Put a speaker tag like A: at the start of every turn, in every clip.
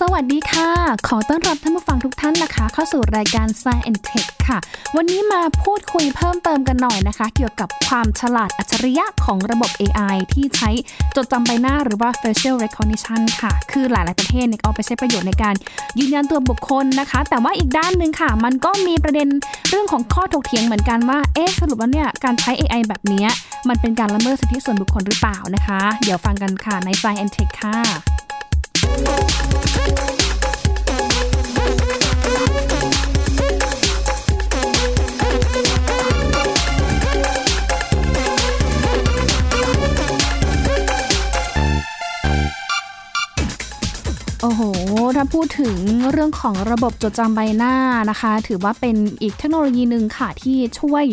A: สวัสดีค่ะ ขอต้อนรับท่านผู้ฟังทุกท่านนะคะ เข้าสู่รายการ Science and Tech ค่ะ วันนี้มาพูดคุยเพิ่มเติมกันหน่อยนะคะ เกี่ยวกับความฉลาดอัจฉริยะของระบบ AI ที่ใช้จดจำใบหน้าหรือว่า facial recognition ค่ะ คือหลาย ๆ ประเทศเนี่ยก็เอาไปใช้ประโยชน์ในการยืนยันตัวบุคคลนะคะ แต่ว่าอีกด้านหนึ่งค่ะ มันก็มีประเด็นเรื่องของข้อถกเถียงเหมือนกันว่า เอ๊ะสรุปแล้วเนี่ยการใช้ AI แบบเนี้ยมันเป็นการละเมิดสิทธิส่วนบุคคลหรือเปล่านะคะ เดี๋ยวฟังกันค่ะใน Science and Tech ค่ะ โอ้โห ถ้าพูดถึงเรื่องของระบบจดจำใบหน้านะคะ ถือว่าเป็นอีกเทคโนโลยีหนึ่งค่ะ ที่ช่วย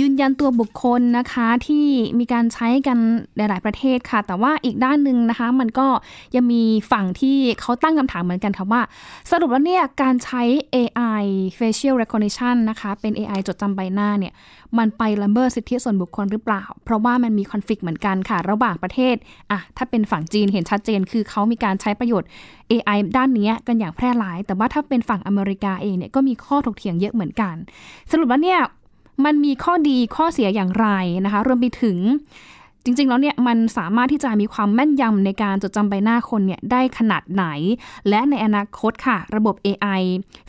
A: ยืนยันตัวบุคคลนะคะ ที่มีการใช้กันหลาย ๆ ประเทศค่ะ แต่ว่าอีกด้านหนึ่งนะคะ มันก็ยังมีฝั่งที่เขาตั้งคำถามเหมือนกันค่ะว่า สรุปแล้วเนี่ยการใช้ AI facial recognition นะคะ เป็น AI จดจำใบหน้าเนี่ย มันไปละเมิดสิทธิส่วนบุคคลหรือเปล่า เพราะว่ามันมีคอนฟ lict เหมือนกันค่ะ ระหว่างประเทศอ่ะถ้าเป็นฝั่งจีนเห็นชัดเจน คือเขามีการใช้ประโยชน์ AI ด้านเนี้ยกันอย่างแพร่หลาย แต่ว่าถ้าเป็นฝั่งอเมริกาเองเนี่ยก็มีข้อถกเถียงเยอะเหมือนกัน สรุปแล้วเนี่ยมันมีข้อดีข้อเสียอย่างไรนะคะ รวมไปถึง จริง ๆ แล้วเนี่ยมันสามารถที่จะมีความแม่นยำในการจดจำใบหน้าคนเนี่ยได้ขนาดไหน และในอนาคตค่ะ ระบบ AI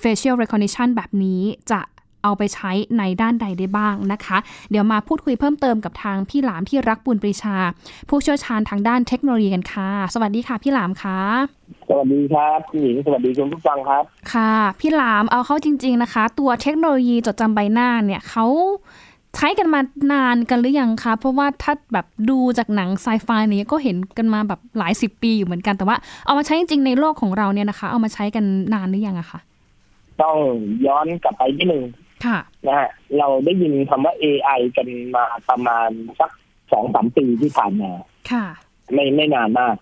A: facial recognition แบบนี้จะเอาไปใช้ในด้านใดได้บ้างนะคะ เดี๋ยวมาพูดคุยเพิ่มเติมกับทางพี่หลามที่รักบุญปรีชา ผู้เชี่ยวชาญทางด้านเทคโนโลยีกันค่ะ สวัสดีค่ะพี่หลามค่ะ
B: สวัสดีครับพี่หญิงสวัสดีคุณผู้ฟังครับ
A: ค่ะ พี่หลามเอาเข้าจริง ๆนะคะ ตัวเทคโนโลยีจดจำใบหน้าเนี่ยเขาใช้กันมานานกันหรือยังคะ เพราะว่าถ้าแบบดูจากหนังไซไฟเนี่ยก็เห็นกันมาแบบหลายสิบปีอยู่เหมือนกันแต่ว่าเอามาใช้จริงๆในโลกของเราเนี่ยนะคะ เอามาใช้กันนานหรือยังอะคะ
B: ต้องย้อนกลับไปนิดหนึ่ง
A: ค่ะ
B: นะฮะเราได้ยินคำว่า AI กันมาประมาณสักสองสามปีที่ผ่านมา
A: ค่ะ
B: ไม่ไม่นานมาก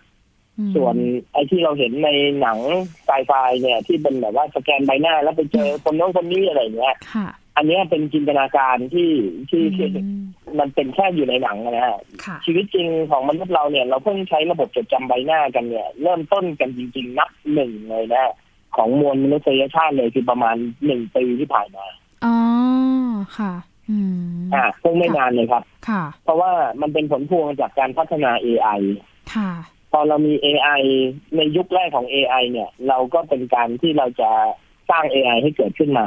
A: อืม
B: ส่วนไอ้ที่เราเห็นในหนังไซไฟเนี่ย ที่เป็นแบบว่าสแกนใบหน้าแล้วไปเจอคนโน้นคนนี้อะไรเงี้ย
A: ค่ะ
B: อันเนี้ยเป็นจินตนาการที่ที่ที่
A: อืม
B: มันเป็นแค่อยู่ในหนังนะฮะ
A: ค่ะ
B: ชีวิตจริงของมนุษย์เราเนี่ย เราเพิ่งใช้ระบบจดจำใบหน้ากันเนี่ย เริ่มต้นกันจริง ๆ นับหนึ่งเลยนะฮะของมวลมนุษยชาติเลยคือประมาณหนึ่งปีที่ผ่านมา
A: อ๋อค่ะอืม
B: อ่าคงไม่นานเลยครับ
A: ค่ะ
B: เพราะว่ามันเป็นผลพวงจากการพัฒนา AI
A: ค่ะ
B: พอเรามี AI ในยุคแรกของ AI เนี่ย เราก็เป็นการที่เราจะสร้าง AI ให้เกิดขึ้นมา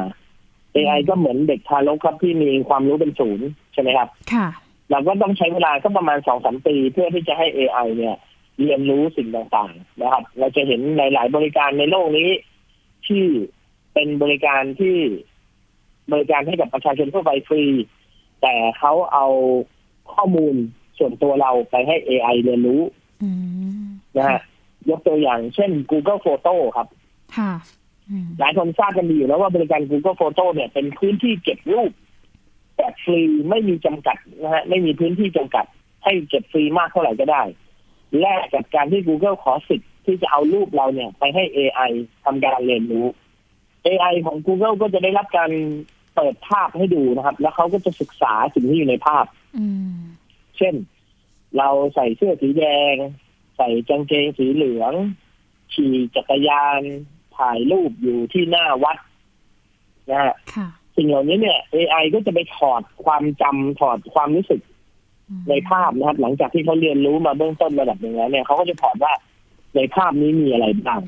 B: AI ก็เหมือนเด็กทารกครับที่มีความรู้เป็นศูนย์ใช่ไหมครับ
A: ค่ะ
B: เราก็ต้องใช้เวลาก็ประมาณสองสามปี เพื่อที่จะให้ AI เนี่ยเรียนรู้สิ่งต่างๆนะครับ เราจะเห็นหลาย ๆ บริการในโลกนี้ ที่เป็นบริการที่บริการให้กับประชาชนทั่วไปฟรี แต่เขาเอาข้อมูลส่วนตัวเราไปให้ AI เรียนรู้
A: อืม
B: นะฮะยกตัวอย่างเช่น Google Photo ครับ
A: ค่ะอืม
B: หลายคนทราบกันดีอยู่แล้วว่าบริการ Google Photo เนี่ยเป็นพื้นที่เก็บรูปแบบฟรีไม่มีจำกัดนะฮะไม่มีพื้นที่จำกัด ให้เก็บฟรีมากเท่าไหร่ก็ได้ แลกกับการที่ Google ขอสิทธิ์ที่จะเอารูปเราเนี่ย ไปให้ AI ทำการเรียนรู้ AI ของ Google ก็จะได้รับการเปิดภาพให้ดูนะครับ แล้วเขาก็จะศึกษาสิ่งที่อยู่ในภาพ
A: อืม
B: เช่น เราใส่เสื้อสีแดง ใส่กางเกงสีเหลือง ขี่จักรยาน ถ่ายรูปอยู่ที่หน้าวัดนะฮะ
A: ค่ะ
B: สิ่งเหล่านี้เนี่ย AI ก็จะไปถอดความจำถอดความรู้สึก
A: อืม
B: ในภาพนะครับ หลังจากที่เขาเรียนรู้มาเบื้องต้นระดับหนึ่งแล้วเนี่ยเขาก็จะถอดว่าในภาพนี้มีอะไรบ้าง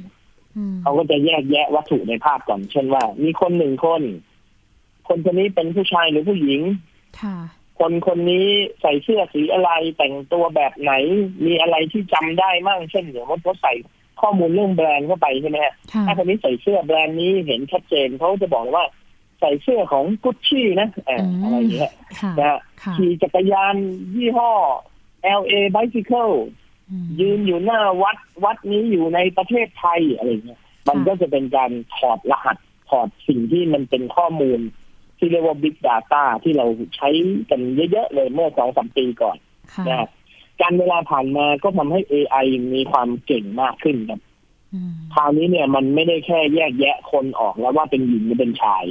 A: อืม
B: เขาก็จะแยกแยะวัตถุในภาพก่อน เช่นว่า มีคนหนึ่งคน คนคนนี้เป็นผู้ชายหรือผู้หญิง
A: ค่ะ
B: คนคนนี้ใส่เสื้อสีอะไรแต่งตัวแบบไหน มีอะไรที่จำได้มั่งเช่นอย่างว่าเขาใส่ข้อมูลเรื่องแบรนด์เข้าไปใช่ไหมฮะ
A: ค่ะ
B: ถ้าคนนี้ใส่เสื้อแบรนด์นี้เห็นชัดเจนเขาจะบอกเลยว่า ใส่เสื้อของกุชชี่นะเอ่ออะไรอย่างเงี้ย
A: ค่ะ
B: นะฮะ
A: ค่ะ
B: ขี่จักรยานยี่ห้อ LA Bicycle
A: อืม
B: ยืนอยู่หน้าวัดวัดนี้อยู่ในประเทศไทยอะไรอย่างเงี้ยมันก็จะเป็นการถอดรหัสถอดสิ่งที่มันเป็นข้อมูล ที่เรียกว่า Big Data ที่เราใช้กันเยอะๆเลยเมื่อสองสามปีก่อน
A: ค่ะ
B: นะครับการเวลาผ่านมาก็ทำให้ AI มีความเก่งมากขึ้นครับ
A: อืม
B: คราวนี้เนี่ยมันไม่ได้แค่แยกแยะคนออกแล้วว่าเป็นหญิงหรือเป็นชาย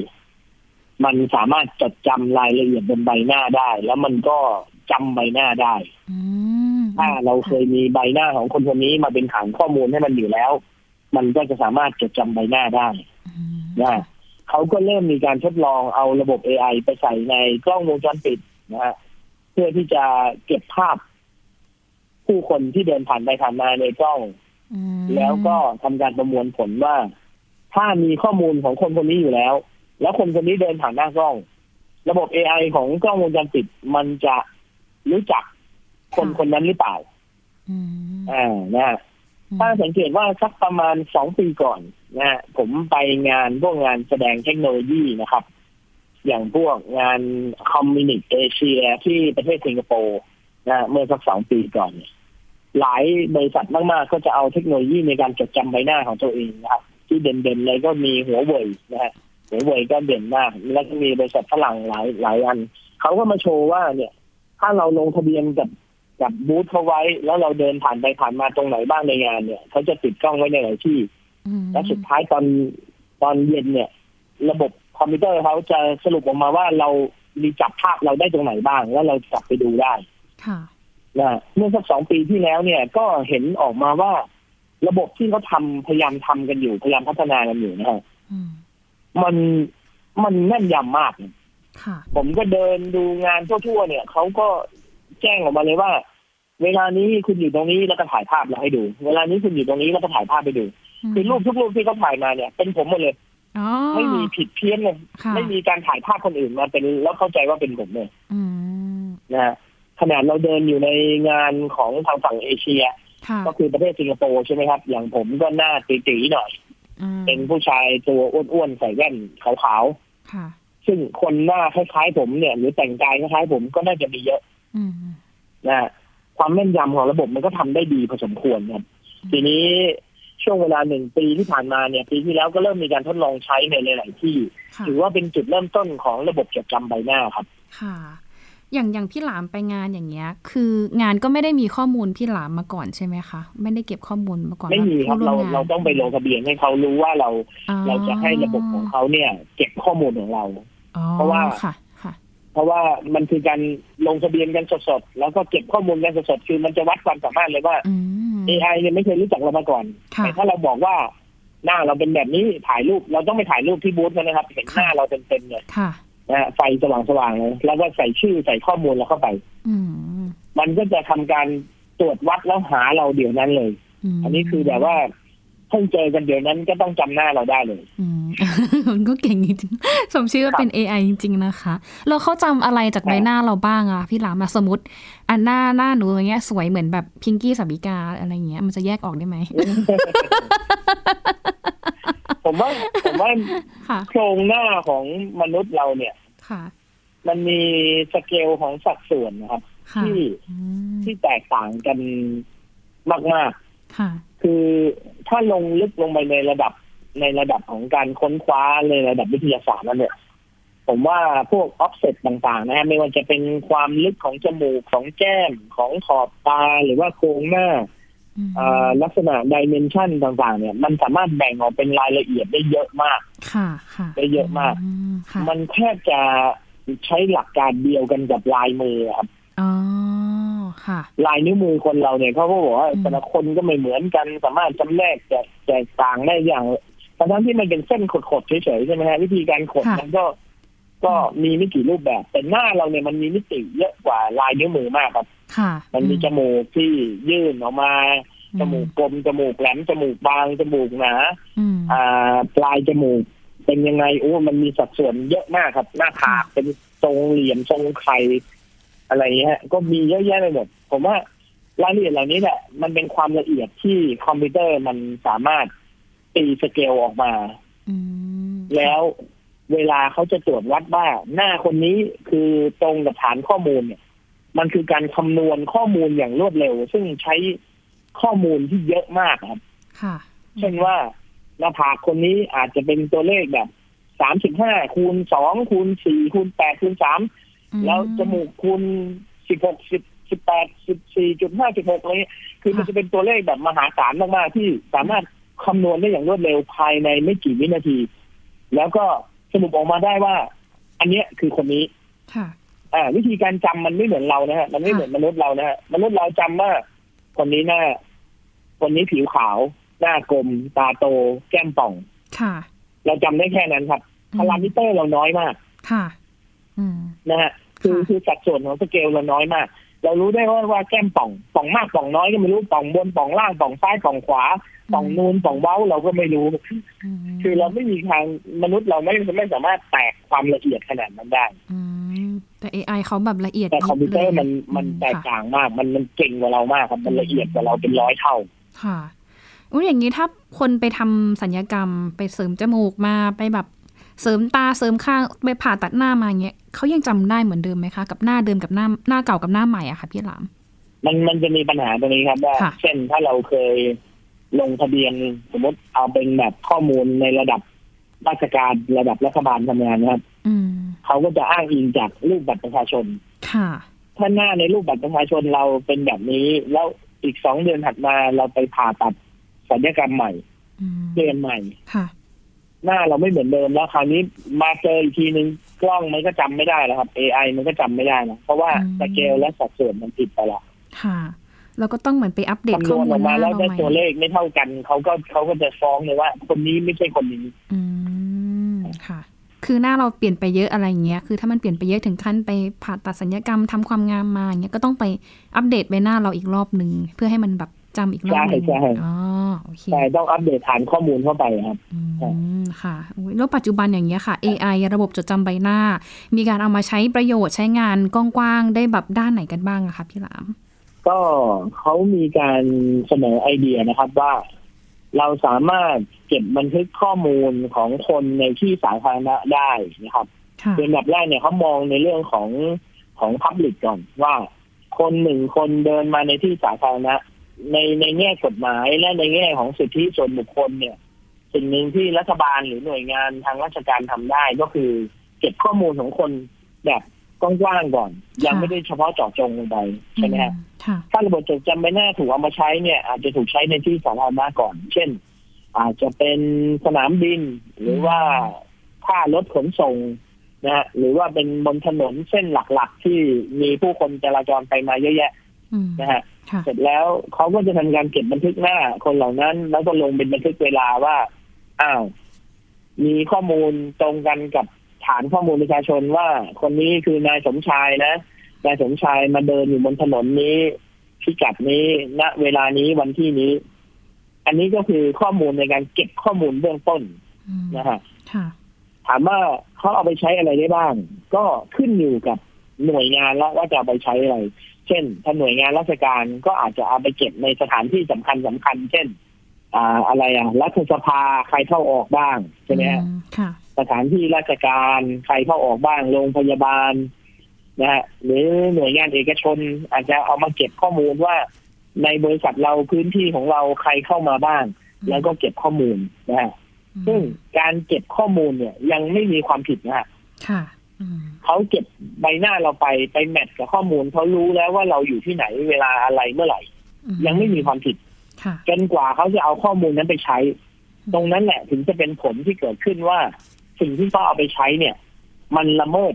B: มันสามารถจดจำรายละเอียดบนใบหน้าได้ แล้วมันก็จำใบหน้าได้
A: อืม
B: ถ้าเราเคยมีใบหน้าของคนคนนี้มาเป็นฐานข้อมูลให้มันอยู่แล้ว มันก็จะสามารถจดจำใบหน้าได้
A: อืม
B: นะฮะเขาก็เริ่มมีการทดลองเอาระบบ AI ไปใส่ในกล้องวงจรปิดนะฮะเพื่อที่จะเก็บภาพ ผู้คนที่เดินผ่านไปผ่านมาในกล้อง
A: อืม
B: แล้วก็ทำการประมวลผลว่า ถ้ามีข้อมูลของคนคนนี้อยู่แล้ว แล้วคนคนนี้เดินผ่านหน้ากล้อง ระบบ AI ของกล้องวงจรปิดมันจะรู้จักคนคนนั้นหรือเปล่า
A: อืม
B: อ่านะฮะ ถ้าสังเกตว่าสักประมาณสองปีก่อนนะฮะผมไปงานพวกงานแสดงเทคโนโลยีนะครับ อย่างพวกงานคอมมินิตเอเชียที่ประเทศสิงคโปร์นะฮะเมื่อสักสองปีก่อนเนี่ยหลายบริษัทมาก ๆ ก็จะเอาเทคโนโลยีในการจดจำใบหน้าของตัวเองนะครับ ที่เด่น ๆ เลยก็มีหัวเว่ยนะฮะหัวเว่ยก็เด่นมาก แล้วก็มีบริษัทฝรั่งหลายหลายอัน เขาก็มาโชว์ว่าเนี่ย ถ้าเราลงทะเบียนกับ กับบูธเขาไว้ แล้วเราเดินผ่านไปผ่านมาตรงไหนบ้างในงานเนี่ยเขาจะติดกล้องไว้ในหลายที่
A: อืม
B: และสุดท้ายตอนตอนเย็นเนี่ย ระบบคอมพิวเตอร์เขาจะสรุปออกมาว่าเรามีจับภาพเราได้ตรงไหนบ้าง แล้วเราจับไปดูได้
A: ค่ะ
B: นะเมื่อสักสองปีที่แล้วเนี่ยก็เห็นออกมาว่า ระบบที่เขาทำพยายามทำกันอยู่พยายามพัฒนากันอยู่นะฮะ
A: อืม
B: มันมันแน่นยำมาก
A: ค่ะ
B: ผมก็เดินดูงานทั่วๆ เนี่ยเขาก็แจ้งออกมาเลยว่า เวลานี้คุณอยู่ตรงนี้แล้วก็ถ่ายภาพเราให้ดู เวลานี้คุณอยู่ตรงนี้แล้วก็ถ่ายภาพไปดู คือรูปทุกรูปที่เขาถ่ายมาเนี่ย เป็นผมหมดเลย
A: อ๋อ
B: ไม่มีผิดเพี้ยนเลย
A: ค่ะ
B: ไม่มีการถ่ายภาพคนอื่นมาเป็นแล้วเข้าใจว่าเป็นผมเลย
A: อืม
B: นะฮะขนาดเราเดินอยู่ในงานของทางฝั่งเอเชีย
A: ค่ะ
B: ก็คือประเทศสิงคโปร์ใช่ไหมครับ อย่างผมก็หน้าตีๆหน่อย
A: อืม
B: เป็นผู้ชายตัวอ้วนๆใส่แว่นขาว
A: ค่ะ
B: ๆซึ่งคนหน้าคล้ายๆผมเนี่ย หรือแต่งกายคล้ายๆผมก็น่าจะมีเยอะ
A: อืม
B: นะฮะความแม่นยำของระบบมันก็ทำได้ดีพอสมควรครับทีนี้ช่วงเวลาหนึ่งปีที่ผ่านมาเนี่ย ปีที่แล้วก็เริ่มมีการทดลองใช้ในหลาย ๆ ที่
A: ค่ะ
B: ถือว่าเป็นจุดเริ่มต้นของระบบจดจำใบหน้าครับ
A: ค่ะ อย่างอย่างพี่หลามไปงานอย่างเงี้ย คืองานก็ไม่ได้มีข้อมูลพี่หลามมาก่อนใช่ไหมคะ ไม่ได้เก็บข้อมูลมาก่อน
B: ไม่มีครับ
A: ว่
B: เรา
A: ผู้วงน
B: เราต้องไปลงทะเบียนให้เขารู้ว่าเรา
A: อ๋อ
B: เราจะให้ระบบของเขาเนี่ย เก็บข้อมูลของเรา
A: อ๋อ
B: เพราะว่า
A: ค่ะค่ะ
B: เพราะว่ามันคือการลงทะเบียนกันสด ๆ แล้วก็เก็บข้อมูลกันสด ๆ คือมันจะวัดความสามารถเลยว่า
A: อืม
B: AI เนี่ยไม่เคยรู้จักเรามาก่อน
A: ค่ะ
B: แต่ถ้าเราบอกว่าหน้าเราเป็นแบบนี้ถ่ายรูปเราต้องไปถ่ายรูปที่บูธมันนะครับ เห็นหน้าเราเต็มๆเลย
A: ค่ะ
B: นะฮะไฟสว่างๆเลยแล้วก็ใส่ชื่อใส่ข้อมูลเราเข้าไป
A: อืม
B: มันก็จะทำการตรวจวัดแล้วหาเราเดี๋ยวนั้นเลย
A: ม
B: อันนี้คือแบบว่าเพิ่งเจอกันเดี๋ยวนั้นก็ต้องจำหน้าเราได้ เลย
A: อืม มันก็เก่งจริงๆสมชื่อว่าเป็น AI จริง ๆ นะคะ เราเขาจำอะไรจาก
B: ครับ
A: ใบหน้าเราบ้างอะพี่หลามอะสมมติอันหน้าหน้าหนูอย่างเงี้ยสวยเหมือนแบบพิงกี้สาบิกาอะไรอย่างเงี้ยมันจะแยกออกได้ ไหม
B: ผมว่าผมว่า
A: ค่ะ
B: โครงหน้าของมนุษย์เราเนี่ย
A: ค่ะ
B: มันมีสเกลของสัดส่วนนะครับ
A: ค่ะ
B: ที่
A: อืม
B: ที่แตกต่างกันมากๆ
A: ค่ะ
B: คือถ้าลงลึกลงไปในระดับในระดับของการค้นคว้าในระดับวิทยาศาสตร์นั่นเนี่ยผมว่าพวกออฟเซตต่างๆ นะฮะไม่ว่าจะเป็นความลึกของจมูกของแก้มของขอบตาหรือว่าโครงหน้า
A: อืม
B: เอ่อลักษณะดิเมนชันต่างๆ เนี่ย มันสามารถแบ่งออกเป็นรายละเอียดได้เยอะมาก
A: ค่ะค่ะ
B: ได้เยอะมาก
A: มค่ะ
B: มันแทบจะใช้หลักการเดียวกันกับลายมือครับ
A: อ๋อค่ะ
B: ลายนิ้วมือคนเราเนี่ยเขาก็บอกว่า
A: อืม
B: แต่ละคนก็ไม่เหมือนกัน สามารถจำแนกแตกแตกต่างได้อย่างทั้งๆที่มันเป็นเส้นขดๆเฉยๆใช่ไหมฮะวิธีการขดมันก็ ก็มีไม่กี่รูปแบบ แต่หน้าเราเนี่ยมันมีมิติเยอะกว่าลายนิ้วมือมากครับ
A: ค่ะ
B: มันมีจมูกที่ยื่นออกมาจมูกกลมจมูกแหลมจมูกบางจมูกหนา
A: อืม
B: อ่าปลายจมูก เป็นยังไงโอ้มันมีสัดส่วนเยอะมากครับ หน้าผากเป็นทรงเหลี่ยมทรงไข่อะไรเงี้ยก็มีเยอะแยะไปหมดผมว่ารายละเอียดเหล่านี้เนี่ยมันเป็นความละเอียดที่คอมพิวเตอร์มันสามารถตีสเกลออกมา
A: อืม
B: แล้วเวลาเขาจะตรวจวัดว่าหน้าคนนี้คือตรงกับฐานข้อมูลเนี่ย มันคือการคำนวณข้อมูลอย่างรวดเร็ว ซึ่งใช้ข้อมูลที่เยอะมากครับ
A: ค่ะ
B: เช่นว่าหน้าผากคนนี้อาจจะเป็นตัวเลขแบบสามสิบห้าคูณสองคูณสี่คูณแปดคูณสาม
A: อื
B: แล้วจมูกคูณสิบหกสิบสิบแปดสิบสี่จุดห้าสิบหกอะไรเงี้ยคือมันจะเป็นตัวเลขแบบมหาศาลมากๆที่สามารถคำนวณได้อย่างรวดเร็วภายในไม่กี่วินาที แล้วก็สรุปออกมาได้ว่า อันเนี้ยคือคนนี้
A: ค่ะ
B: อ่า วิธีการจำมันไม่เหมือนเรานะฮะมันไม่เหมือนมนุษย์เรานะฮะมนุษย์เราจำว่า คนนี้หน้า คนนี้ผิวขาว หน้ากลมตาโต แก้มป่อง
A: ค่ะ
B: เราจำได้แค่นั้นครับพารามิเตอร์เราน้อยมาก
A: ค่ะ อืม
B: นะฮะคือ
A: ค่ะ
B: คือสัดส่วนของสเกลเราน้อยมาก เรารู้ได้ว่าว่าแก้มป่องป่องมากป่องน้อยก็ไม่รู้ป่องบนป่องล่างป่องซ้ายป่องขวาป่องนูนป่องเว้าเราก็ไม่รู้
A: ม
B: คือเราไม่มีทางมนุษย์เราไม่ไม่สามารถแตกความละเอียดขนาดนั้นได้
A: อืมแต่ AI เขาแบบละเอียด
B: แต่คอมพิวเตอร์
A: ยิบลย
B: มันมันแตก
A: ค่ะ
B: ต่างมาก มันมันเก่งกว่าเรามากครับ มันละเอียดกว่าเราเป็นร้อยเท่า
A: ค่ะอุ้ยอย่างนี้ถ้าคนไปทำสัญญกรรมไปเสริมจมูกมาไปแบบเสริมตาเสริมข้างไปผ่าตัดหน้ามาอย่างเงี้ยเขายังจำได้เหมือนเดิมไหมคะ กับหน้าเดิมกับหน้าหน้าเก่ากับหน้าใหม่อะค่ะพี่หลาม
B: มันมันจะมีปัญหาตรงนี้ครับว่า
A: ค่ะ
B: เช่นถ้าเราเคยลงทะเบียนสมมติเอาเป็นแบบข้อมูลในระดับราชการระดับรัฐบาลทำงานนะครับ
A: อืม
B: เขาก็จะอ้างอิงจากรูปบัตรประชาชน
A: ค่ะ
B: ถ้าหน้าในรูปบัตรประชาชนเราเป็นแบบนี้ แล้วอีกสองเดือนถัดมาเราไปผ่าตัดศัลยกรรมใหม่
A: อืม
B: เปลี่ยนใหม่
A: ค่ะ
B: หน้าเราไม่เหมือนเดิมแล้วคราวนี้มาเจออีกทีนึงกล้องมันก็จำไม่ได้แล้วครับ AI มันก็จำไม่ได้นะเพราะว่าสเกลและสัดส่วนมันผิดไปละ
A: ค่ะเราก็ต้องเหมือนไปอัปเดต
B: คำน
A: ข้อ
B: วณ
A: มูล
B: ออก
A: ห
B: มา
A: น้า
B: แล้
A: เรา
B: ว
A: ให
B: ได้ตัวเล
A: ม่
B: ขไม่เท่ากันเขาก็เขาก็จะฟ้องเลยว่า คนนี้ไม่ใช่คนนี้
A: อืมค่ะ คือหน้าเราเปลี่ยนไปเยอะอะไรอย่างเงี้ยคือถ้ามันเปลี่ยนไปเยอะถึงขั้นไปผ่าตัดสัญญกรรมทำความงามมาอย่างเงี้ยก็ต้องไปอัปเดตใบหน้าเราอีกรอบหนึ่งเพื่อให้มันแบบจำอีกรอบหนึ่ง
B: ใช่ใช่
A: อ๋อโอเค
B: แต่ต้องอัปเดตฐานข้อมูลเข้าไปครับ
A: อื
B: ครับ
A: มค่ะอุ๊ยแล้วปัจจุบันอย่างเงี้ยค่ะ AI ระบบจดจำใบหน้า มีการเอามาใช้ประโยชน์ใช้งานกว้างๆได้แบบด้านไหนกันบ้างอะคะพี่หลาม
B: ก็เขามีการเสนอไอเดียนะครับว่า เราสามารถเก็บบันทึกข้อมูลของคนในที่สาธารณะได้นะครับ
A: ค่ะ
B: เป็นแบบแรกเนี่ยเขามองในเรื่องของของพับลิกก่อนว่า คนหนึ่งคนเดินมาในที่สาธารณะ ในในแง่กฎหมายและในแง่ของสิทธิส่วนบุคคลเนี่ย สิ่งหนึ่งที่รัฐบาลหรือหน่วยงานทางราชการทำได้ก็คือ เก็บข้อมูลของคนแบบกว้างๆก่อน ยังไม่ได้เฉพาะเจาะจงลงไปใช่ไหมฮะ
A: อืค่ะ
B: ถ้าระบบจดจำใบหน้าถูกเอามาใช้เนี่ย อาจจะถูกใช้ในที่สาธารณะก่อน เช่น อาจจะเป็นสนามบิน หรือว่าท่ารถขนส่งนะฮะหรือว่าเป็นบนถนนเส้นหลักๆ ที่มีผู้คนจราจรไปมาเยอะแยะ
A: อืม
B: นะฮะ
A: ค่ะ
B: เสร็จแล้วเขาก็จะทำการเก็บบันทึกหน้าคนเหล่านั้น แล้วก็ลงเป็นบันทึกเวลาว่า อ้าว มีข้อมูลตรงกันกับฐานข้อมูลประชาชนว่า คนนี้คือนายสมชายนะ นายสมชายมาเดินอยู่บนถนนนี้พิกัดนี้ณเวลานี้วันที่นี้ อันนี้ก็คือข้อมูลในการเก็บข้อมูลเบื้องต้น
A: อืม
B: นะฮะ
A: ค่ะ
B: ถามว่าเขาเอาไปใช้อะไรได้บ้าง ก็ขึ้นอยู่กับหน่วยงานละว่าจะเอาไปใช้อะไร เช่น ถ้าหน่วยงานราชการก็อาจจะเอาไปเก็บในสถานที่สำคัญสคัญๆเช่น อ่าอะไรอ่ะรัฐสภาใครเข้าออกบ้างใช่ไหมฮะ
A: อืค่ะ
B: สถานที่ราชการใครเข้าออกบ้างโรงพยาบาลนะฮะหรือหน่วยงานเอกชน อาจจะเอามาเก็บข้อมูลว่า ในบริษัทเราพื้นที่ของเราใครเข้ามาบ้าง แล้วก็เก็บข้อมูลนะฮะซึ่งการเก็บข้อมูลเนี่ยยังไม่มีความผิดนะฮะ
A: ค่ะอืม
B: เขาเก็บใบหน้าเราไปไปแมทกับข้อมูลเขารู้แล้วว่าเราอยู่ที่ไหนเวลาอะไรเมื่อไหร่
A: อื
B: ยังไม่มีความผิด
A: ค่ะ
B: จนกว่าเขาจะเอาข้อมูลนั้นไปใช้ ตรงนั้นแหละถึงจะเป็นผลที่เกิดขึ้นว่า สิ่งที่เขาเอาไปใช้เนี่ย มันละเมิด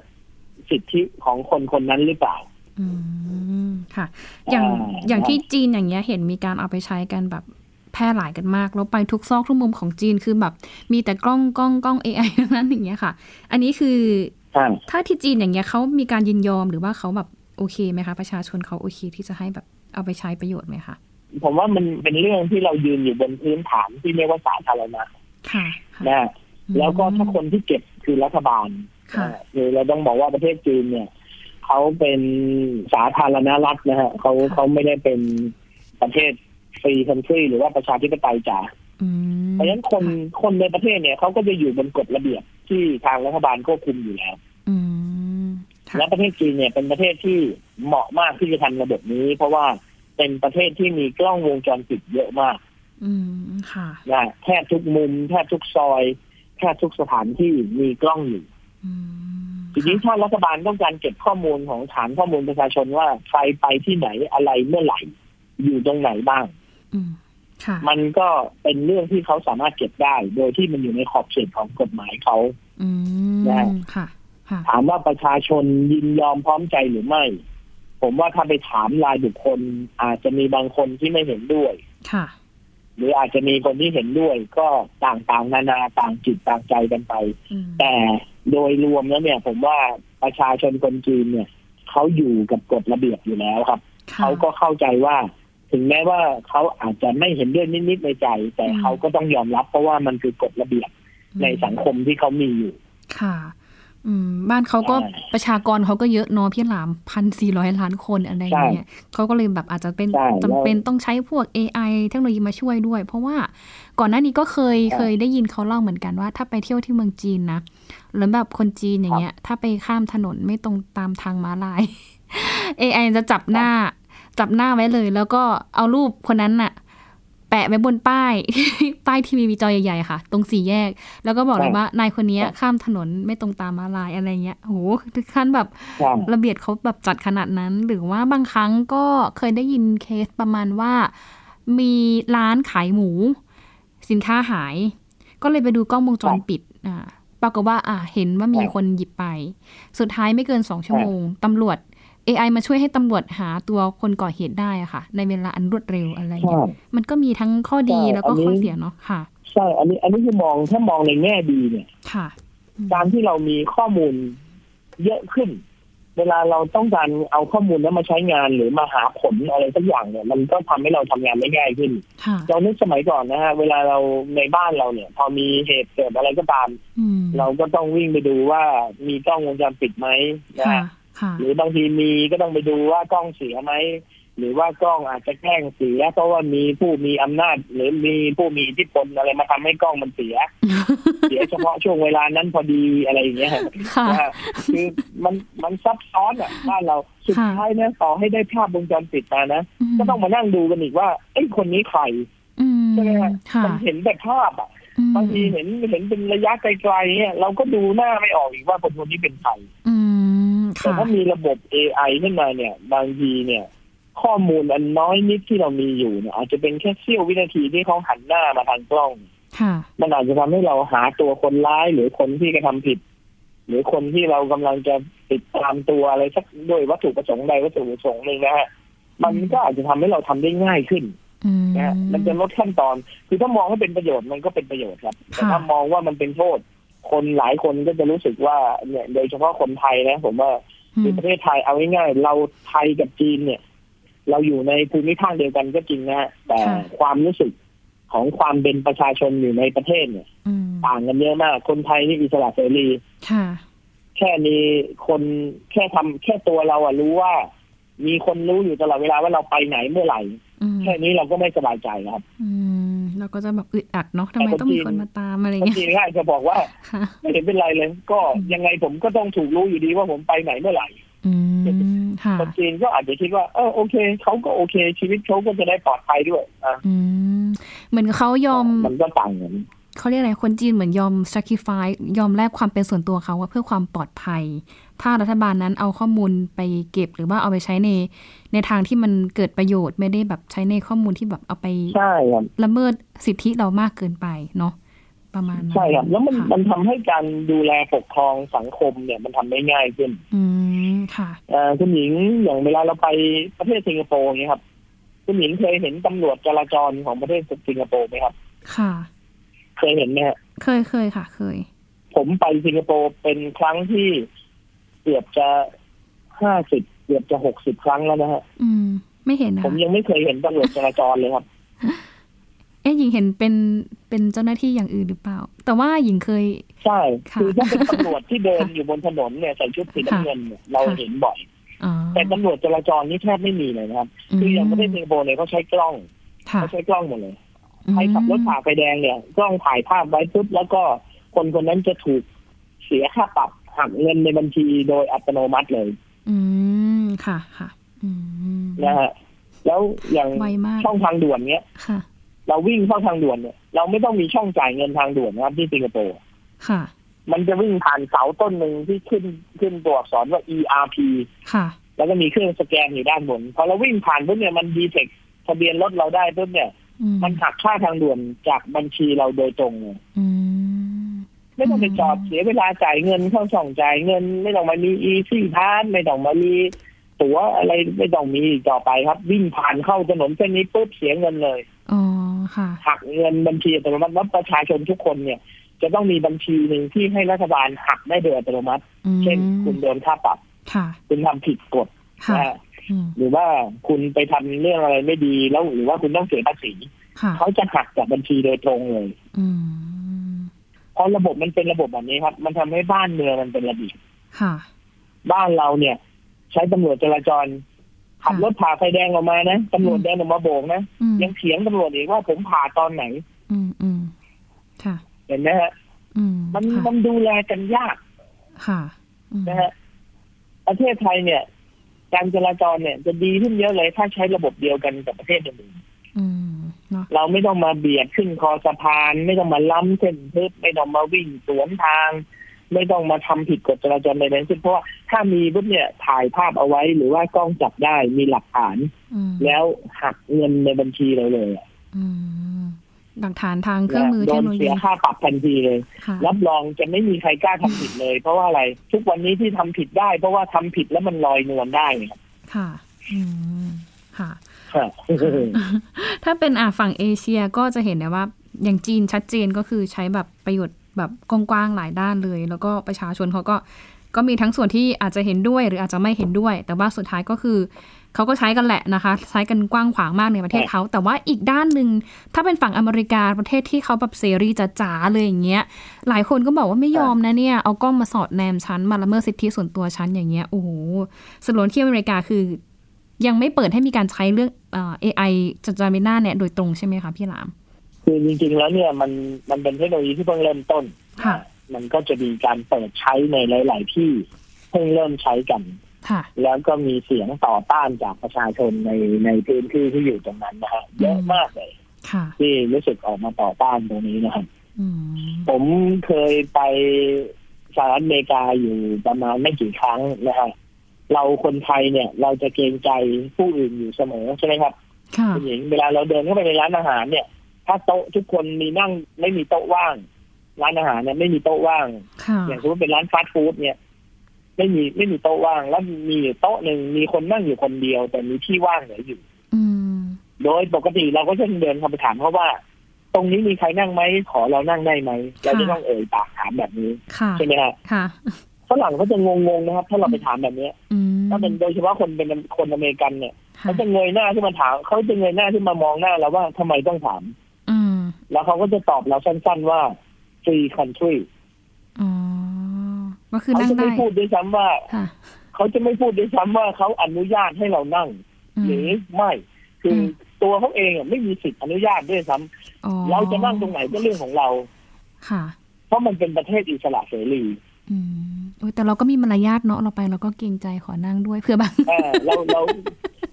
B: สิทธิของคนคนนั้นหรือเปล่า
A: อืมค่ะ อย่าง
B: อ่า
A: อย่างที่จีนอย่างเงี้ยเห็นมีการเอาไปใช้กันแบบแพร่หลายกันมาก แล้วไปทุกซอกทุกมุมของจีนคือแบบ มีแต่กล้องกล้องกล้อง AI ทั้งนั้นอย่างเงี้ยค่ะ อันนี้คือ
B: อ่า
A: ถ้าที่จีนอย่างเงี้ยเขามีการยินยอมหรือว่าเขาแบบโอเคไหมคะ ประชาชนเขาโอเคที่จะให้แบบเอาไปใช้ประโยชน์ไหมคะ
B: ผมว่ามันเป็นเรื่องที่เรายืนอยู่บนพื้นฐานที่เรียกว่าสาธารณะ
A: ค่ะค่ะ
B: นะฮะแล้วก็ถ้าคนที่เก็บคือรัฐบาล
A: ค่ะ
B: นะฮะคือเราต้องบอกว่าประเทศจีนเนี่ยเขาเป็นสาธารณรัฐนะฮะเขาเขาไม่ได้เป็นประเทศฟรีคันทรีหรือว่าประชาธิปไตยจ๋า
A: อืม
B: เพราะฉะนั้นคนคนในประเทศเนี่ยเขาก็จะอยู่บนกฎระเบียบที่ทางรัฐบาลควบคุมอยู่แล้ว
A: อืมค่ะ
B: และประเทศจีนเนี่ยเป็นประเทศที่เหมาะมากที่จะทำระบบนี้ เพราะว่าเป็นประเทศที่มีกล้องวงจรปิดเยอะมาก
A: อืมค่ะ
B: นะแทบทุกมุมแทบทุกซอยแทบทุกสถานที่มีกล้องอยู่
A: อืม
B: ทีนี้ถ้ารัฐบาลต้องการเก็บข้อมูลของฐานข้อมูลประชาชนว่าใครไปที่ไหนอะไรเมื่อไหร่ อยู่ตรงไหนบ้าง
A: อืมค่ะ
B: มันก็เป็นเรื่องที่เขาสามารถเก็บได้ โดยที่มันอยู่ในขอบเขตของกฎหมายเขา
A: อื
B: ได้
A: มค่ะค่ะ
B: ถามว่าประชาชนยินยอมพร้อมใจหรือไม่ ผมว่าถ้าไปถามรายบุคคลอาจจะมีบางคนที่ไม่เห็นด้วย
A: ค่ะ
B: หรืออาจจะมีคนที่เห็นด้วยก็ต่างๆ นานาต่างจิตต่างใจกันไป
A: อืม
B: แต่โดยรวมแล้วเนี่ย ผมว่าประชาชนคนจีนเนี่ยเขาอยู่กับกฎระเบียบอยู่แล้วครับ
A: ค่ะ
B: เขาก็เข้าใจว่า ถึงแม้ว่าเขาอาจจะไม่เห็นด้วยนิดๆในใจ แต่
A: อืม
B: เขาก็ต้องยอมรับเพราะว่ามันคือกฎระเบียบในสังคมที่เขามีอยู่
A: ค่ะ อืม บ้านเขาก็
B: ใช่
A: ประชากรเขาก็เยอะเนาะพี่หลามพันสี่ร้อยล้านคนอะไรอย่างเงี้ยเขาก็เลยแบบอาจจะเป็น
B: ใช่
A: จำเป็นต้องใช้พวก AI เทคโนโลยีมาช่วยด้วย เพราะว่าก่อนหน้านี้ก็เคย
B: ใช่
A: เคยได้ยินเขาเล่าเหมือนกันว่า ถ้าไปเที่ยวที่เมืองจีนนะแล้วแบบคนจีนอย่างเงี้ย ถ้าไปข้ามถนนไม่ตรงตามทางม้าลาย AI จะจับหน้า จับหน้าไว้เลย แล้วก็เอารูปคนนั้นน่ะ แปะไว้บนป้าย ป้ายทีวีจอใหญ่ๆค่ะ ตรงสี่แยก แล้วก็บอกเลย
B: ใช่
A: ว่านายคนเนี้ย
B: ใช่
A: ข้ามถนนไม่ตรงตามมาลายอะไรเงี้ยโหถึงขั้นแบบ
B: ใช่
A: ระเบียบเขาแบบจัดขนาดนั้น หรือว่าบางครั้งก็เคยได้ยินเคสประมาณว่า มีร้านขายหมู สินค้าหาย ก็เลยไปดูกล้องวงจรปิดอ่าปรากฏว่า อ่าเห็นว่ามีคนหยิบไป สุดท้ายไม่เกินสองชั่วโมงตำรวจ AI มาช่วยให้ตำรวจหาตัวคนก่อเหตุได้อะค่ะ ในเวลาอันรวดเร็วอะไร
B: ใช่
A: เงี้ยมันก็มีทั้งข้อดี
B: ใช่
A: แล้วก็
B: อันนี้
A: ข้อเสียเนาะค่ะ
B: ใช่อันนี้อันนี้คือมองถ้ามองในแง่ดีเนี่ย
A: ค่ะอืม
B: การที่เรามีข้อมูลเยอะขึ้น เวลาเราต้องการเอาข้อมูลนั้นมาใช้งานหรือมาหาผลอะไรสักอย่างเนี่ย มันก็ทำให้เราทำงานได้ง่ายขึ้น
A: ค่ะ
B: เรานึกสมัยก่อนนะฮะเวลาเราในบ้านเราเนี่ย พอมีเหตุเกิดอะไรก็ตาม
A: อืม
B: เราก็ต้องวิ่งไปดูว่ามีกล้องวงจรปิดไหมนะ
A: ค่ะ
B: ฮะ
A: ค่ะ
B: หรือบางทีมีก็ต้องไปดูว่ากล้องเสียไหมหรือว่ากล้องอาจจะแกล้งเสีย เพราะว่ามีผู้มีอำนาจ หรือมีผู้มีอิทธิพลอะไรมาทำให้กล้องมันเสีย เสียเฉพาะช่วงเวลานั้นพอดีอะไรอย่างเงี้ยฮะ
A: ค่ะ
B: นะฮะคือมันมันซับซ้อนอ่ะบ้านเราสุด
A: ค่ะ
B: ท้ายนะต่อให้ได้ภาพวงจรปิดมานะ
A: ม
B: ก็ต้องมานั่งดูกันอีกว่าไอ้คนนี้ใคร
A: อืม
B: ใช่ไหมฮะ
A: ค่ะ
B: มันเห็นแต่ภาพอ่ะ
A: อืม
B: บางทีเห็นเห็นเป็นระยะไกลๆเนี่ยเราก็ดูหน้าไม่ออกอีกว่าคนคนนี้เป็นใคร
A: อืม
B: แต่
A: ค่ะ
B: ถ้ามีระบบ AI ขึ้นมาเนี่ย บางทีเนี่ย ข้อมูลอันน้อยนิดที่เรามีอยู่เนี่ยอาจจะเป็นแค่เสี้ยววินาทีที่เขาหันหน้ามาทางกล้อง
A: ค่ะ
B: มันอาจจะทำให้เราหาตัวคนร้ายหรือคนที่กระทำผิด หรือคนที่เรากำลังจะติดตามตัวอะไรสักด้วยวัตถุประสงค์ใดวัตถุประสงค์หนึ่งนะฮะมันก็อาจจะทำให้เราทำได้ง่ายขึ้น
A: อืม
B: นะฮะมันจะลดขั้นตอน คือถ้ามองให้เป็นประโยชน์มันก็เป็นประโยชน์ครับ แต่
A: ค่ะ
B: ถ้ามองว่ามันเป็นโทษ คนหลายคนก็จะรู้สึกว่าเนี่ยโดยเฉพาะคนไทยนะ ผมว่า
A: อื
B: คือ
A: ม
B: ประเทศไทยเอาง่ายๆเราไทยกับจีนเนี่ย เราอยู่ในภูมิภาคเดียวกันก็จริงนะฮะแต่ความรู้สึกของความเป็นประชาชนอยู่ในประเทศเนี่ย
A: อืม
B: ต่างกันเยอะมาก คนไทยนี่อิสระเสรี
A: ค่ะ
B: แค่มีคนแค่ทำแค่ตัวเราอะรู้ว่า มีคนรู้อยู่ตลอดเวลาว่าเราไปไหนเมื่อไหร่
A: อืม
B: แค่นี้เราก็ไม่สบายใจครับ
A: อืมเราก็จะแบบอึดอัดเนาะทำไม
B: แต่คน
A: ต้องมี
B: จีน
A: คนมาตามอะไร
B: บาง
A: เงี้ย
B: ทีก็อาจจะบอกว่า
A: ค่ะ
B: ไม่เห็นเป็นไรเลย ก็
A: อืม
B: ยังไงผมก็ต้องถูกรู้อยู่ดีว่าผมไปไหนเมื่อไหร่
A: อืมค่ะ
B: คนจีนก็อาจจะคิดว่าเออโอเคเขาก็โอเค ชีวิตเขาก็จะได้ปลอดภัยด้วยอ่ะ
A: อืมเหมือนเขายอม
B: มันก็ต่างกัน
A: เขาเรียกอะไรคนจีนเหมือนยอม sacrifice ยอมแลกความเป็นส่วนตัวเขาว่าเพื่อความปลอดภัย ถ้ารัฐบาลนั้นเอาข้อมูลไปเก็บหรือว่าเอาไปใช้ใน ในทางที่มันเกิดประโยชน์ไม่ได้แบบใช้ในข้อมูลที่แบบเอาไป
B: ใช่ครับ
A: ละเมิดสิทธิเรามากเกินไปเนาะประมาณนั้น
B: ใช่ครับ แล้วมัน
A: ค่ะ
B: มันทำให้การดูแลปกครองสังคมเนี่ยมันทำได้ง่ายขึ้น
A: อืมค่ะ
B: เอ่อคุณหญิงอย่างเวลาเราไปประเทศสิงคโปร์อย่างเงี้ยครับ คุณหญิงเคยเห็นตำรวจจราจรของประเทศสิงคโปร์ไหมครับ
A: ค่ะ
B: เคยเห็นไหมฮะ
A: เคยเคยค่ะ เคย
B: ผมไปสิงคโปร์เป็นครั้งที่เกือบจะห้าสิบเกือบจะหกสิบครั้งแล้วนะฮะ
A: อืม ไม่เห็นนะ
B: ผมยังไม่เคยเห็นตำรวจจราจรเลยครับ
A: เอ๊ะหญิงเห็นเป็นเป็นเจ้าหน้าที่อย่างอื่นหรือเปล่า แต่ว่าหญิงเคย
B: ใช่
A: ค่ะ
B: คือถ้าเป็นตำรวจที่เดินอยู่บนถนนเนี่ยใส่ชุดสีน้ำเงินเนี่ยเรา
A: ค่ะ
B: เห็นบ่อย
A: อ๋อ
B: แต่ตำรวจจราจรนี่แทบไม่มีเลยนะครับคืออย่างประเทศสิงคโปร์เนี่ยเขาใช้กล้อง
A: ค่ะ
B: เขาใช้กล้องหมดเลย ใครขับรถฝ่าไฟแดงเนี่ยกล้องถ่ายภาพไว้ปุ๊บแล้วก็คนคนนั้นจะถูกเสียค่าปรับหักเงินในบัญชีโดยอัตโนมัติเลย
A: อืมค่ะค่ะ อืม
B: นะฮะแล้วอย่าง
A: ไวมาก
B: ช่องทางด่วนเนี้ย
A: ค่ะ
B: เราวิ่งเข้าทางด่วนเนี่ยเราไม่ต้องมีช่องจ่ายเงินทางด่วนนะครับที่สิงคโปร์
A: ค่ะ
B: มันจะวิ่งผ่านเสาต้นหนึ่งที่ขึ้นขึ้นตัวอักษรว่า ERP
A: ค่ะ
B: แล้วก็มีเครื่องสแกนอยู่ด้านบนพอเราวิ่งผ่านปุ๊บเนี่ยมันดีเทคทะเบียนรถเราได้ปุ๊บเนี่ย
A: อืม
B: มันหักค่าทางด่วนจากบัญชีเราโดยตรงเลย
A: อืม
B: ไม่ต้องไปจอด
A: อืม
B: เสียเวลาจ่ายเงินเข้าช่องจ่ายเงิน ไม่ต้องมามีอีซี่พาสไม่ต้องมามีตั๋วอะไรไม่ต้องมีอีกต่อไปครับ วิ่งผ่านเข้าถนนเส้นนี้ปุ๊บเสียเงินเลย
A: อ๋อ ค่ะ
B: หักเงินบัญชีอัตโนมัติแล้วประชาชนทุกคนเนี่ย จะต้องมีบัญชีหนึ่งที่ให้รัฐบาลหักได้โดยอัตโนมัติ
A: อืม
B: เช่น คุณโดนค่าปรับ
A: ค่ะ
B: คุณทำผิดกฎ
A: ค่ะ
B: นะฮะ
A: อืม
B: หรือว่าคุณไปทำเรื่องอะไรไม่ดีแล้วหรือว่าคุณต้องเสียภาษี
A: ค่ะ
B: เขาจะหักจากบัญชีโดยตรงเลย
A: อืม
B: เพราะระบบมันเป็นระบบแบบนี้ครับ มันทำให้บ้านเมืองมันเป็นระเบียบ
A: ค่ะ
B: บ้านเราเนี่ย ใช้ตำรวจจราจรขับรถผ่าไฟแดงออกมานะตำรวจ
A: อืม
B: เดินออกมาโบกนะ
A: อืม
B: ยังเถียงตำรวจอีกว่าผมผ่าตอนไหน
A: อืมอืมค่ะ
B: เห็นไหมฮะ
A: อืม
B: มัน
A: ค่ะ
B: มันดูแลกันยาก
A: ค่ะอืม
B: นะฮะประเทศไทยเนี่ย การจราจรเนี่ยจะดีขึ้นเยอะเลยถ้าใช้ระบบเดียวกันกับประเทศอื่น
A: อืมเนาะ
B: ๆเราไม่ต้องมาเบียดขึ้นคอสะพาน ไม่ต้องมาล้ำเส้นทึบไม่ต้องมาวิ่งสวนทาง ไม่ต้องมาทำผิดกฎจราจรใดๆซึ่งเพราะว่าถ้ามีปุ๊บเนี่ยถ่ายภาพเอาไว้หรือว่ากล้องจับได้มีหลักฐาน
A: อืม
B: แล้วหักเงินในบัญชีเราเลยอะ
A: อืมหลักฐานทางเครื่องมือ
B: โด
A: เทคน โนโล
B: เสี
A: ยี
B: ยค่าปรับทันทีเลย
A: ค่ะ
B: รับรองจะไม่มีใครกล้าทำผิดเลย เพราะว่าอะไรทุกวันนี้ที่ทำผิดได้ เพราะว่าทำผิดแล้วมันลอยนวลได้ไงครับ
A: ค่ะอืมค่ะ
B: ครับ
A: ถ้าเป็นอ่ะฝั่งเอเชียก็จะเห็นได้ว่าอย่างจีนชัดเจนก็คือใช้แบบประโยชน์แบบกว้างๆหลายด้านเลย แล้วก็ประชาชนเขาก็ก็มีทั้งส่วนที่อาจจะเห็นด้วยหรืออาจจะไม่เห็นด้วย แต่ว่าสุดท้ายก็คือเขาก็ใช้กันแหละนะคะ ใช้กันกว้างขวางมากในประเทศเขา แต่ว่าอีกด้านหนึ่งถ้าเป็นฝั่งอเมริกาประเทศที่เขาแบบเสรีจ๋าๆเลยอย่างเงี้ย หลายคนก็บอกว่าไม่ยอมนะเนี่ยเอากล้องมาสอดแนมฉันมาละเมิดสิทธิส่วนตัวฉันอย่างเงี้ยโอ้โหสวนที่อเมริกาคือ ยังไม่เปิดให้มีการใช้เรื่องเอ่อ AI จัดจามิน่าเนี่ยโดยตรงใช่ไหมคะพี่หลาม
B: คือจริงๆ แล้วเนี่ยมันมันเป็นเทคโนโลยีที่เพิ่งเริ่มต้น
A: ค่ะ
B: มันก็จะมีการเปิดใช้ในหลาย ๆ ที่เพิ่งเริ่มใช้กัน
A: ค่ะ
B: แล้วก็มีเสียงต่อต้านจากประชาชนในในพื้นที่ที่อยู่ตรงนั้นนะฮะเยอะมากเลย
A: ค่ะ
B: ที่รู้สึกออกมาต่อต้านตรงนี้นะครับ
A: อืม
B: ผมเคยไปสหรัฐอเมริกาอยู่ประมาณไม่กี่ครั้งนะฮะเราคนไทยเนี่ย เราจะเกรงใจผู้อื่นอยู่เสมอใช่ไหมครับ
A: ค่ะ
B: คุณหญิงเวลาเราเดินเข้าไปในร้านอาหารเนี่ย ถ้าโต๊ะทุกคนมีนั่งไม่มีโต๊ะว่าง ร้านอาหารเนี่ยไม่มีโต๊ะว่าง
A: ค่ะ
B: อย่างสมมติเป็นร้านฟาสต์ฟู้ดเนี่ย ไม่มีไม่มีโต๊ะว่าง แล้วมีอยู่โต๊ะหนึ่งมีคนนั่งอยู่คนเดียว แต่มีที่ว่างเหลืออยู่
A: อืม
B: โดยปกติเราก็จะเดินเข้าไปถามเขาว่า ตรงนี้มีใครนั่งไหมขอเรานั่งได้ไหมเราจะต้องเอ่ยปากถามแบบนี้
A: ค่ะ
B: ใช่ไหมฮะ
A: ค่ะ
B: ฝรั่งเขาจะงงๆนะครับ ถ้าเราไปถามแบบเนี้ย
A: อืม
B: ถ้าเป็นโดยเฉพาะคนเป็นคนอเมริกันเนี่ย
A: ค่ะ
B: เขาจะเงยหน้าขึ้นมาถามเขาจะเงยหน้าขึ้นมามองหน้าเราว่าทำไมต้องถาม
A: อืม
B: แล้วเขาก็จะตอบเราสั้นๆว่า free country
A: อ๋อ ก็คือ
B: เขา
A: นั่ง
B: จะ
A: ได้
B: ไม่พูดด้วยซ้ำว่า
A: ค่ะ
B: เขาจะไม่พูดด้วยซ้ำว่าเขาอนุญาตให้เรานั่ง
A: อืม
B: หรือไม่ คืออ
A: ม
B: ตัวเขาเองอะไม่มีสิทธิ์อนุญาตด้วยซ้ำ
A: อ๋อ
B: เราจะนั่งตรงไหนก็เรื่องของเรา
A: ค่ะ
B: เพราะมันเป็นประเทศอิสระเสรี
A: อืมโอ้ยแต่เราก็มีมารยาทเนาะ เราไปเราก็เกรงใจขอนั่งด้วยเพื่อ บาง
B: เออเราเรา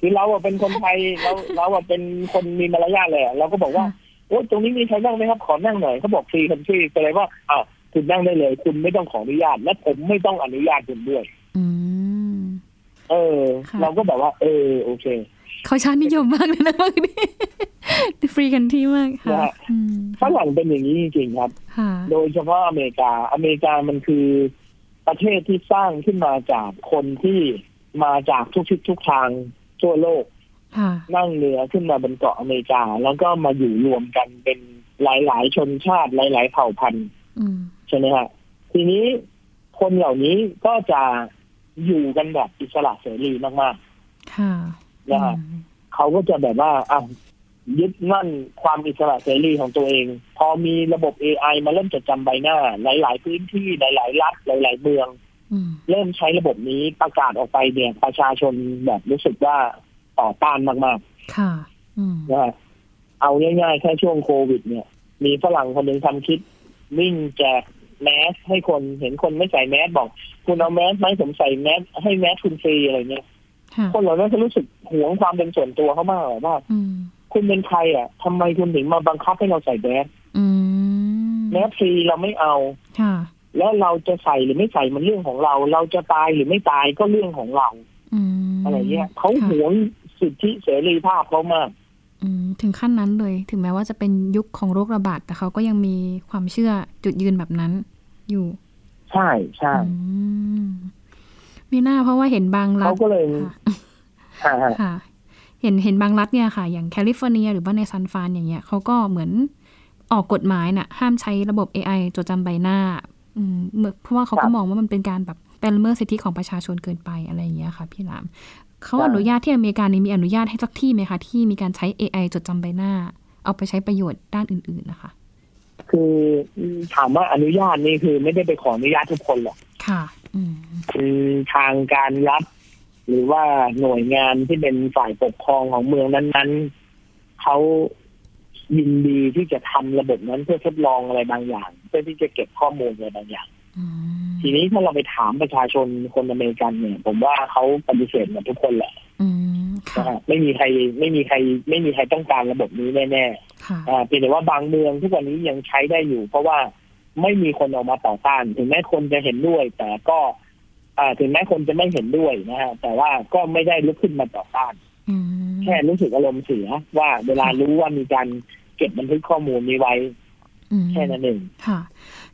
B: คือเราอะเป็นคนไทยเราเราอะเป็นคนมีมารยาทเลยอะเราก็บอกว่า
A: ค่ะ
B: โอ้ตรงนี้มีใครนั่งไหมครับขอนั่งหน่อยเขาบอกฟรีคันที่แสดงว่าอ้าวคุณนั่งได้เลย คุณไม่ต้องขออนุญาต และผมไม่ต้องอนุญาตคุณด้วย
A: อืม
B: เออ
A: ค่ะ
B: เราก็แบบว่า เออโอเค
A: เขาชาตินิยมมากเลยนะบางที ฟรีกันที่มากค่ะ
B: นะฮะ
A: อืม
B: ฝรั่งเป็นอย่างนี้จริงๆครับ
A: ค่ะ
B: โดยเฉพาะอเมริกา อเมริกามันคือประเทศที่สร้างขึ้นมาจากคนที่มาจากทุกทิศทุกทางทั่วโลก
A: ค่ะ
B: นั่งเรือขึ้นมาบนเกาะอเมริกา แล้วก็มาอยู่รวมกันเป็นหลาย ๆ ชนชาติหลาย ๆ เผ่าพันธุ์
A: อืม
B: ใช่ไหมฮะทีนี้คนเหล่านี้ก็จะอยู่กันแบบอิสระเสรีมาก
A: ค่ะ
B: นะฮะ ๆเขาก็จะแบบว่าอ่ะยึดมั่นความอิสระเสรีของตัวเอง พอมีระบบ AI มาเริ่มจดจำใบหน้า หลาย ๆ พื้นที่หลาย ๆ รัฐหลาย ๆ เมือง
A: อืม
B: เริ่มใช้ระบบนี้ประกาศออกไปเนี่ย ประชาชนแบบรู้สึกว่าต่อต้านมาก
A: ค่ะ อืม
B: ๆนะเอาง่ายๆ แค่ช่วงโควิด เนี่ย มีฝรั่งคนหนึ่งทำคลิปวิ่งแจกแมสให้คนเห็นคนไม่ใส่แมสบอก คุณเอาแมสไหมผมใส่แมสให้แมสคุณฟรีอะไรเงี้ย
A: ค่ะ
B: คนเหล่านั้นจะรู้สึกหวงความเป็นส่วนตัวเขามากเลยว่า
A: อืม
B: คุณเป็นใครอ่ะทำไมคุณถึงมาบังคับให้เราใส่แมส
A: อืม
B: แมสฟรีเราไม่เอา
A: ค่ะ
B: แล้วเราจะใส่หรือไม่ใส่มันเรื่องของเรา เราจะตายหรือไม่ตายก็เรื่องของเรา
A: อืม
B: อะไรเงี้ยเขาหวงสิทธิเสรีภาพเขามาก
A: อืม ถึงขั้นนั้นเลย ถึงแม้ว่าจะเป็นยุคของโรคระบาด แต่เขาก็ยังมีความเชื่อจุดยืนแบบนั้น อยู่
B: ใช่ใช่
A: อืม มีหน้าเพราะว่าเห็นบางรั
B: เขา
A: ฐ
B: ก็เลย
A: ค่ะ
B: อ่า
A: ค่ะ เห็นเห็นบางรัฐเนี่ยค่ะ อย่างแคลิฟอร์เนีย หรือว่าในซันฟรานอย่างเงี้ยเขาก็เหมือนออกกฎหมายน่ะ ห้ามใช้ระบบ AI จดจำใบหน้าอืมเหมือนเพราะว่าเขาก็มองว่ามันเป็นการแบบเป็นละเมิดสิทธิของประชาชนเกินไปอะไรอย่างเงี้ยค่ะ พี่หลามเขา
B: ใช่
A: อนุญาตที่อเมริกานี่มีอนุญาตให้สักที่ไหมคะที่มีการใช้ AI จดจำใบหน้า เอาไปใช้ประโยชน์ด้านอื่นๆนะคะ
B: คือถามว่าอนุญาตนี่คือไม่ได้ไปขออนุญาตทุกคนหรอก
A: ค่ะ อืม
B: คือทางการรัฐหรือว่าหน่วยงานที่เป็นฝ่ายปกครองของเมืองนั้นๆเขายินดีที่จะทำระบบนั้นเพื่อทดลองอะไรบางอย่าง เพื่อที่จะเก็บข้อมูลอะไรบางอย่าง
A: อืม
B: ทีนี้ถ้าเราไปถามประชาชนคนอเมริกันเนี่ย ผมว่าเขาปฏิเสธหมดทุกคนแหละ
A: อืมค่ะ
B: นะฮะไม่มีใครไม่มีใคร ไม่มีใครต้องการระบบนี้แน่ๆ
A: ค่ะ
B: อ่าเพียงแต่ว่าบางเมืองทุกวันนี้ยังใช้ได้อยู่ เพราะว่าไม่มีคนออกมาต่อต้าน ถึงแม้คนจะเห็นด้วย แต่ก็อ่าถึงแม้คนจะไม่เห็นด้วยนะฮะแต่ว่าก็ไม่ได้ลุกขึ้นมาต่อต้าน
A: อืม
B: แค่รู้สึกอารมณ์เสียว่าเวลารู้ว่ามีการเก็บบันทึกข้อมูลนี้ไว้
A: อืม
B: แค่นั้นเอง
A: ค่ะ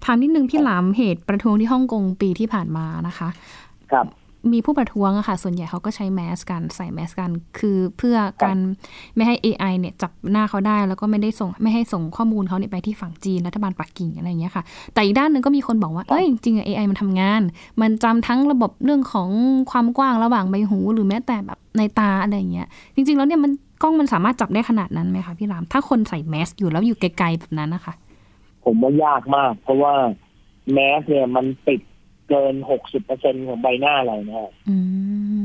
A: ถามนิดนึงพี่หลามเหตุประท้วงที่ฮ่องกงปีที่ผ่านมานะคะ
B: ครับ
A: มีผู้ประท้วงอะค่ะ ส่วนใหญ่เขาก็ใช้แมสกันใส่แมสกัน คือเพื่อการไม่ให้ AI เนี่ยจับหน้าเขาได้ แล้วก็ไม่ได้ส่งไม่ให้ส่งข้อมูลเขาเนี่ยไปที่ฝั่งจีนรัฐบาลปักกิ่งอะไรอย่างเงี้ยค่ะ แต่อีกด้านหนึ่งก็มีคนบอกว่าเอ้ยจริงๆอะ AI มันทำงาน มันจำทั้งระบบเรื่องของความกว้างระหว่างใบหู หรือแม้แต่แบบในตาอะไรอย่างเงี้ยจริง ๆ แล้วเนี่ยมันกล้องมันสามารถจับได้ขนาดนั้นไหมคะพี่หลามถ้าคนใส่แมสอยู่แล้วอยู่ไกลๆแบบนั้นนะคะ
B: ผมว่ายากมาก เพราะว่าแมสเนี่ยมันติดเกินหกสิบเปอร์เซ็นของใบหน้าเรานะฮะ
A: อื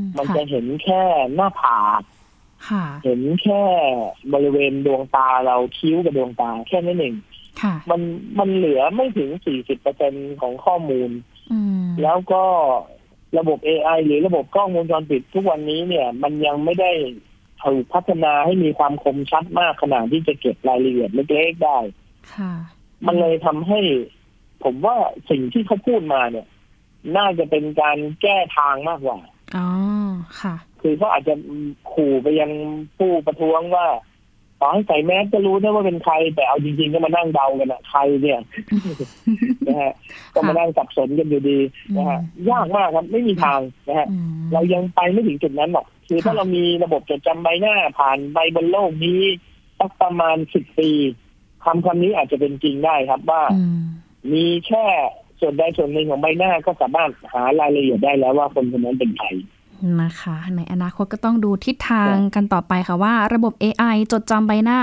A: ม
B: มัน
A: ค่ะ
B: จะเห็นแค่หน้าผาก
A: ค่ะ
B: เห็นแค่บริเวณดวงตาเราคิ้วกับดวงตาแค่นั้นเอง
A: ค่ะ
B: มันมันเหลือไม่ถึง 40เปอร์เซ็นของข้อมูล
A: อืม
B: แล้วก็ระบบ AI หรือระบบกล้องวงจรปิดทุกวันนี้เนี่ย มันยังไม่ได้ถูกพัฒนาให้มีความคมชัดมากขนาดที่จะเก็บรายละเอียดเล็กๆได้
A: ค่ะ
B: มันเลยทำให้ ผมว่าสิ่งที่เขาพูดมาเนี่ย น่าจะเป็นการแก้ทางมากกว่า
A: อ๋อค่ะ
B: คือเขาอาจจะขู่ไปยังผู้ประท้วงว่าต่อให้ใส่แมสก็รู้นะว่าเป็นใคร แต่เอาจริงๆก็มานั่งเดากันอะใครเนี่ย นะฮะก็มานั่งสับสนกันอยู่ดีนะฮะ
A: อืม
B: ยากมากครับไม่มีทางนะฮะ
A: อืม
B: เรายังไปไม่ถึงจุดนั้นหรอกคือถ้า
A: ค่ะ
B: เรามีระบบจดจำใบหน้าผ่านใบบนโลกนี้สักประมาณสิบปีคำคำนี้อาจจะเป็นจริงได้ครับว่า
A: อืม
B: มีแค่ส่วนใดส่วนหนึ่งของใบหน้าก็สามารถหารายละเอียดได้แล้วว่าคนคนนั้นเป็นใคร
A: นะคะ ในอนาคตก็ต้องดูทิศทางกันต่อไปค่ะว่าระบบ AI จดจำใบหน้า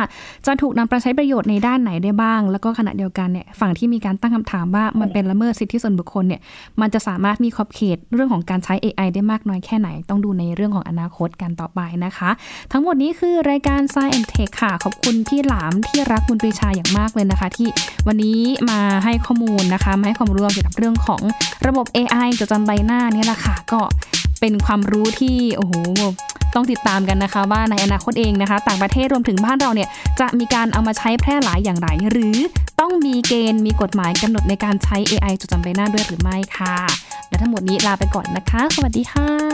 A: จะถูกนำไปใช้ประโยชน์ในด้านไหนได้บ้าง แล้วก็ขณะเดียวกันเนี่ยฝั่งที่มีการตั้งคำถามว่ามันเป็นละเมิดสิทธิส่วนบุคคลเนี่ยมันจะสามารถมีขอบเขตเรื่องของการใช้ AI ได้มากน้อยแค่ไหน ต้องดูในเรื่องของอนาคตกันต่อไปนะคะ ทั้งหมดนี้คือรายการ Science and Tech ค่ะ ขอบคุณพี่หลามที่รักบุญปรีชาอย่างมากเลยนะคะ ที่วันนี้มาให้ข้อมูลนะคะมาให้ความรู้เกี่ยวกับเรื่องของระบบ AI จดจำใบหน้าเนี่ยแหละค่ะ ก็เป็นความรู้ที่โอ้โหต้องติดตามกันนะคะ ว่าในอนาคตเองนะคะ ต่างประเทศรวมถึงบ้านเราเนี่ยจะมีการเอามาใช้แพร่หลายอย่างไร หรือต้องมีเกณฑ์มีกฎหมายกำหนดในการใช้ AI จดจำใบหน้าด้วยหรือไม่ค่ะ และทั้งหมดนี้ลาไปก่อนนะคะ สวัสดีค่ะ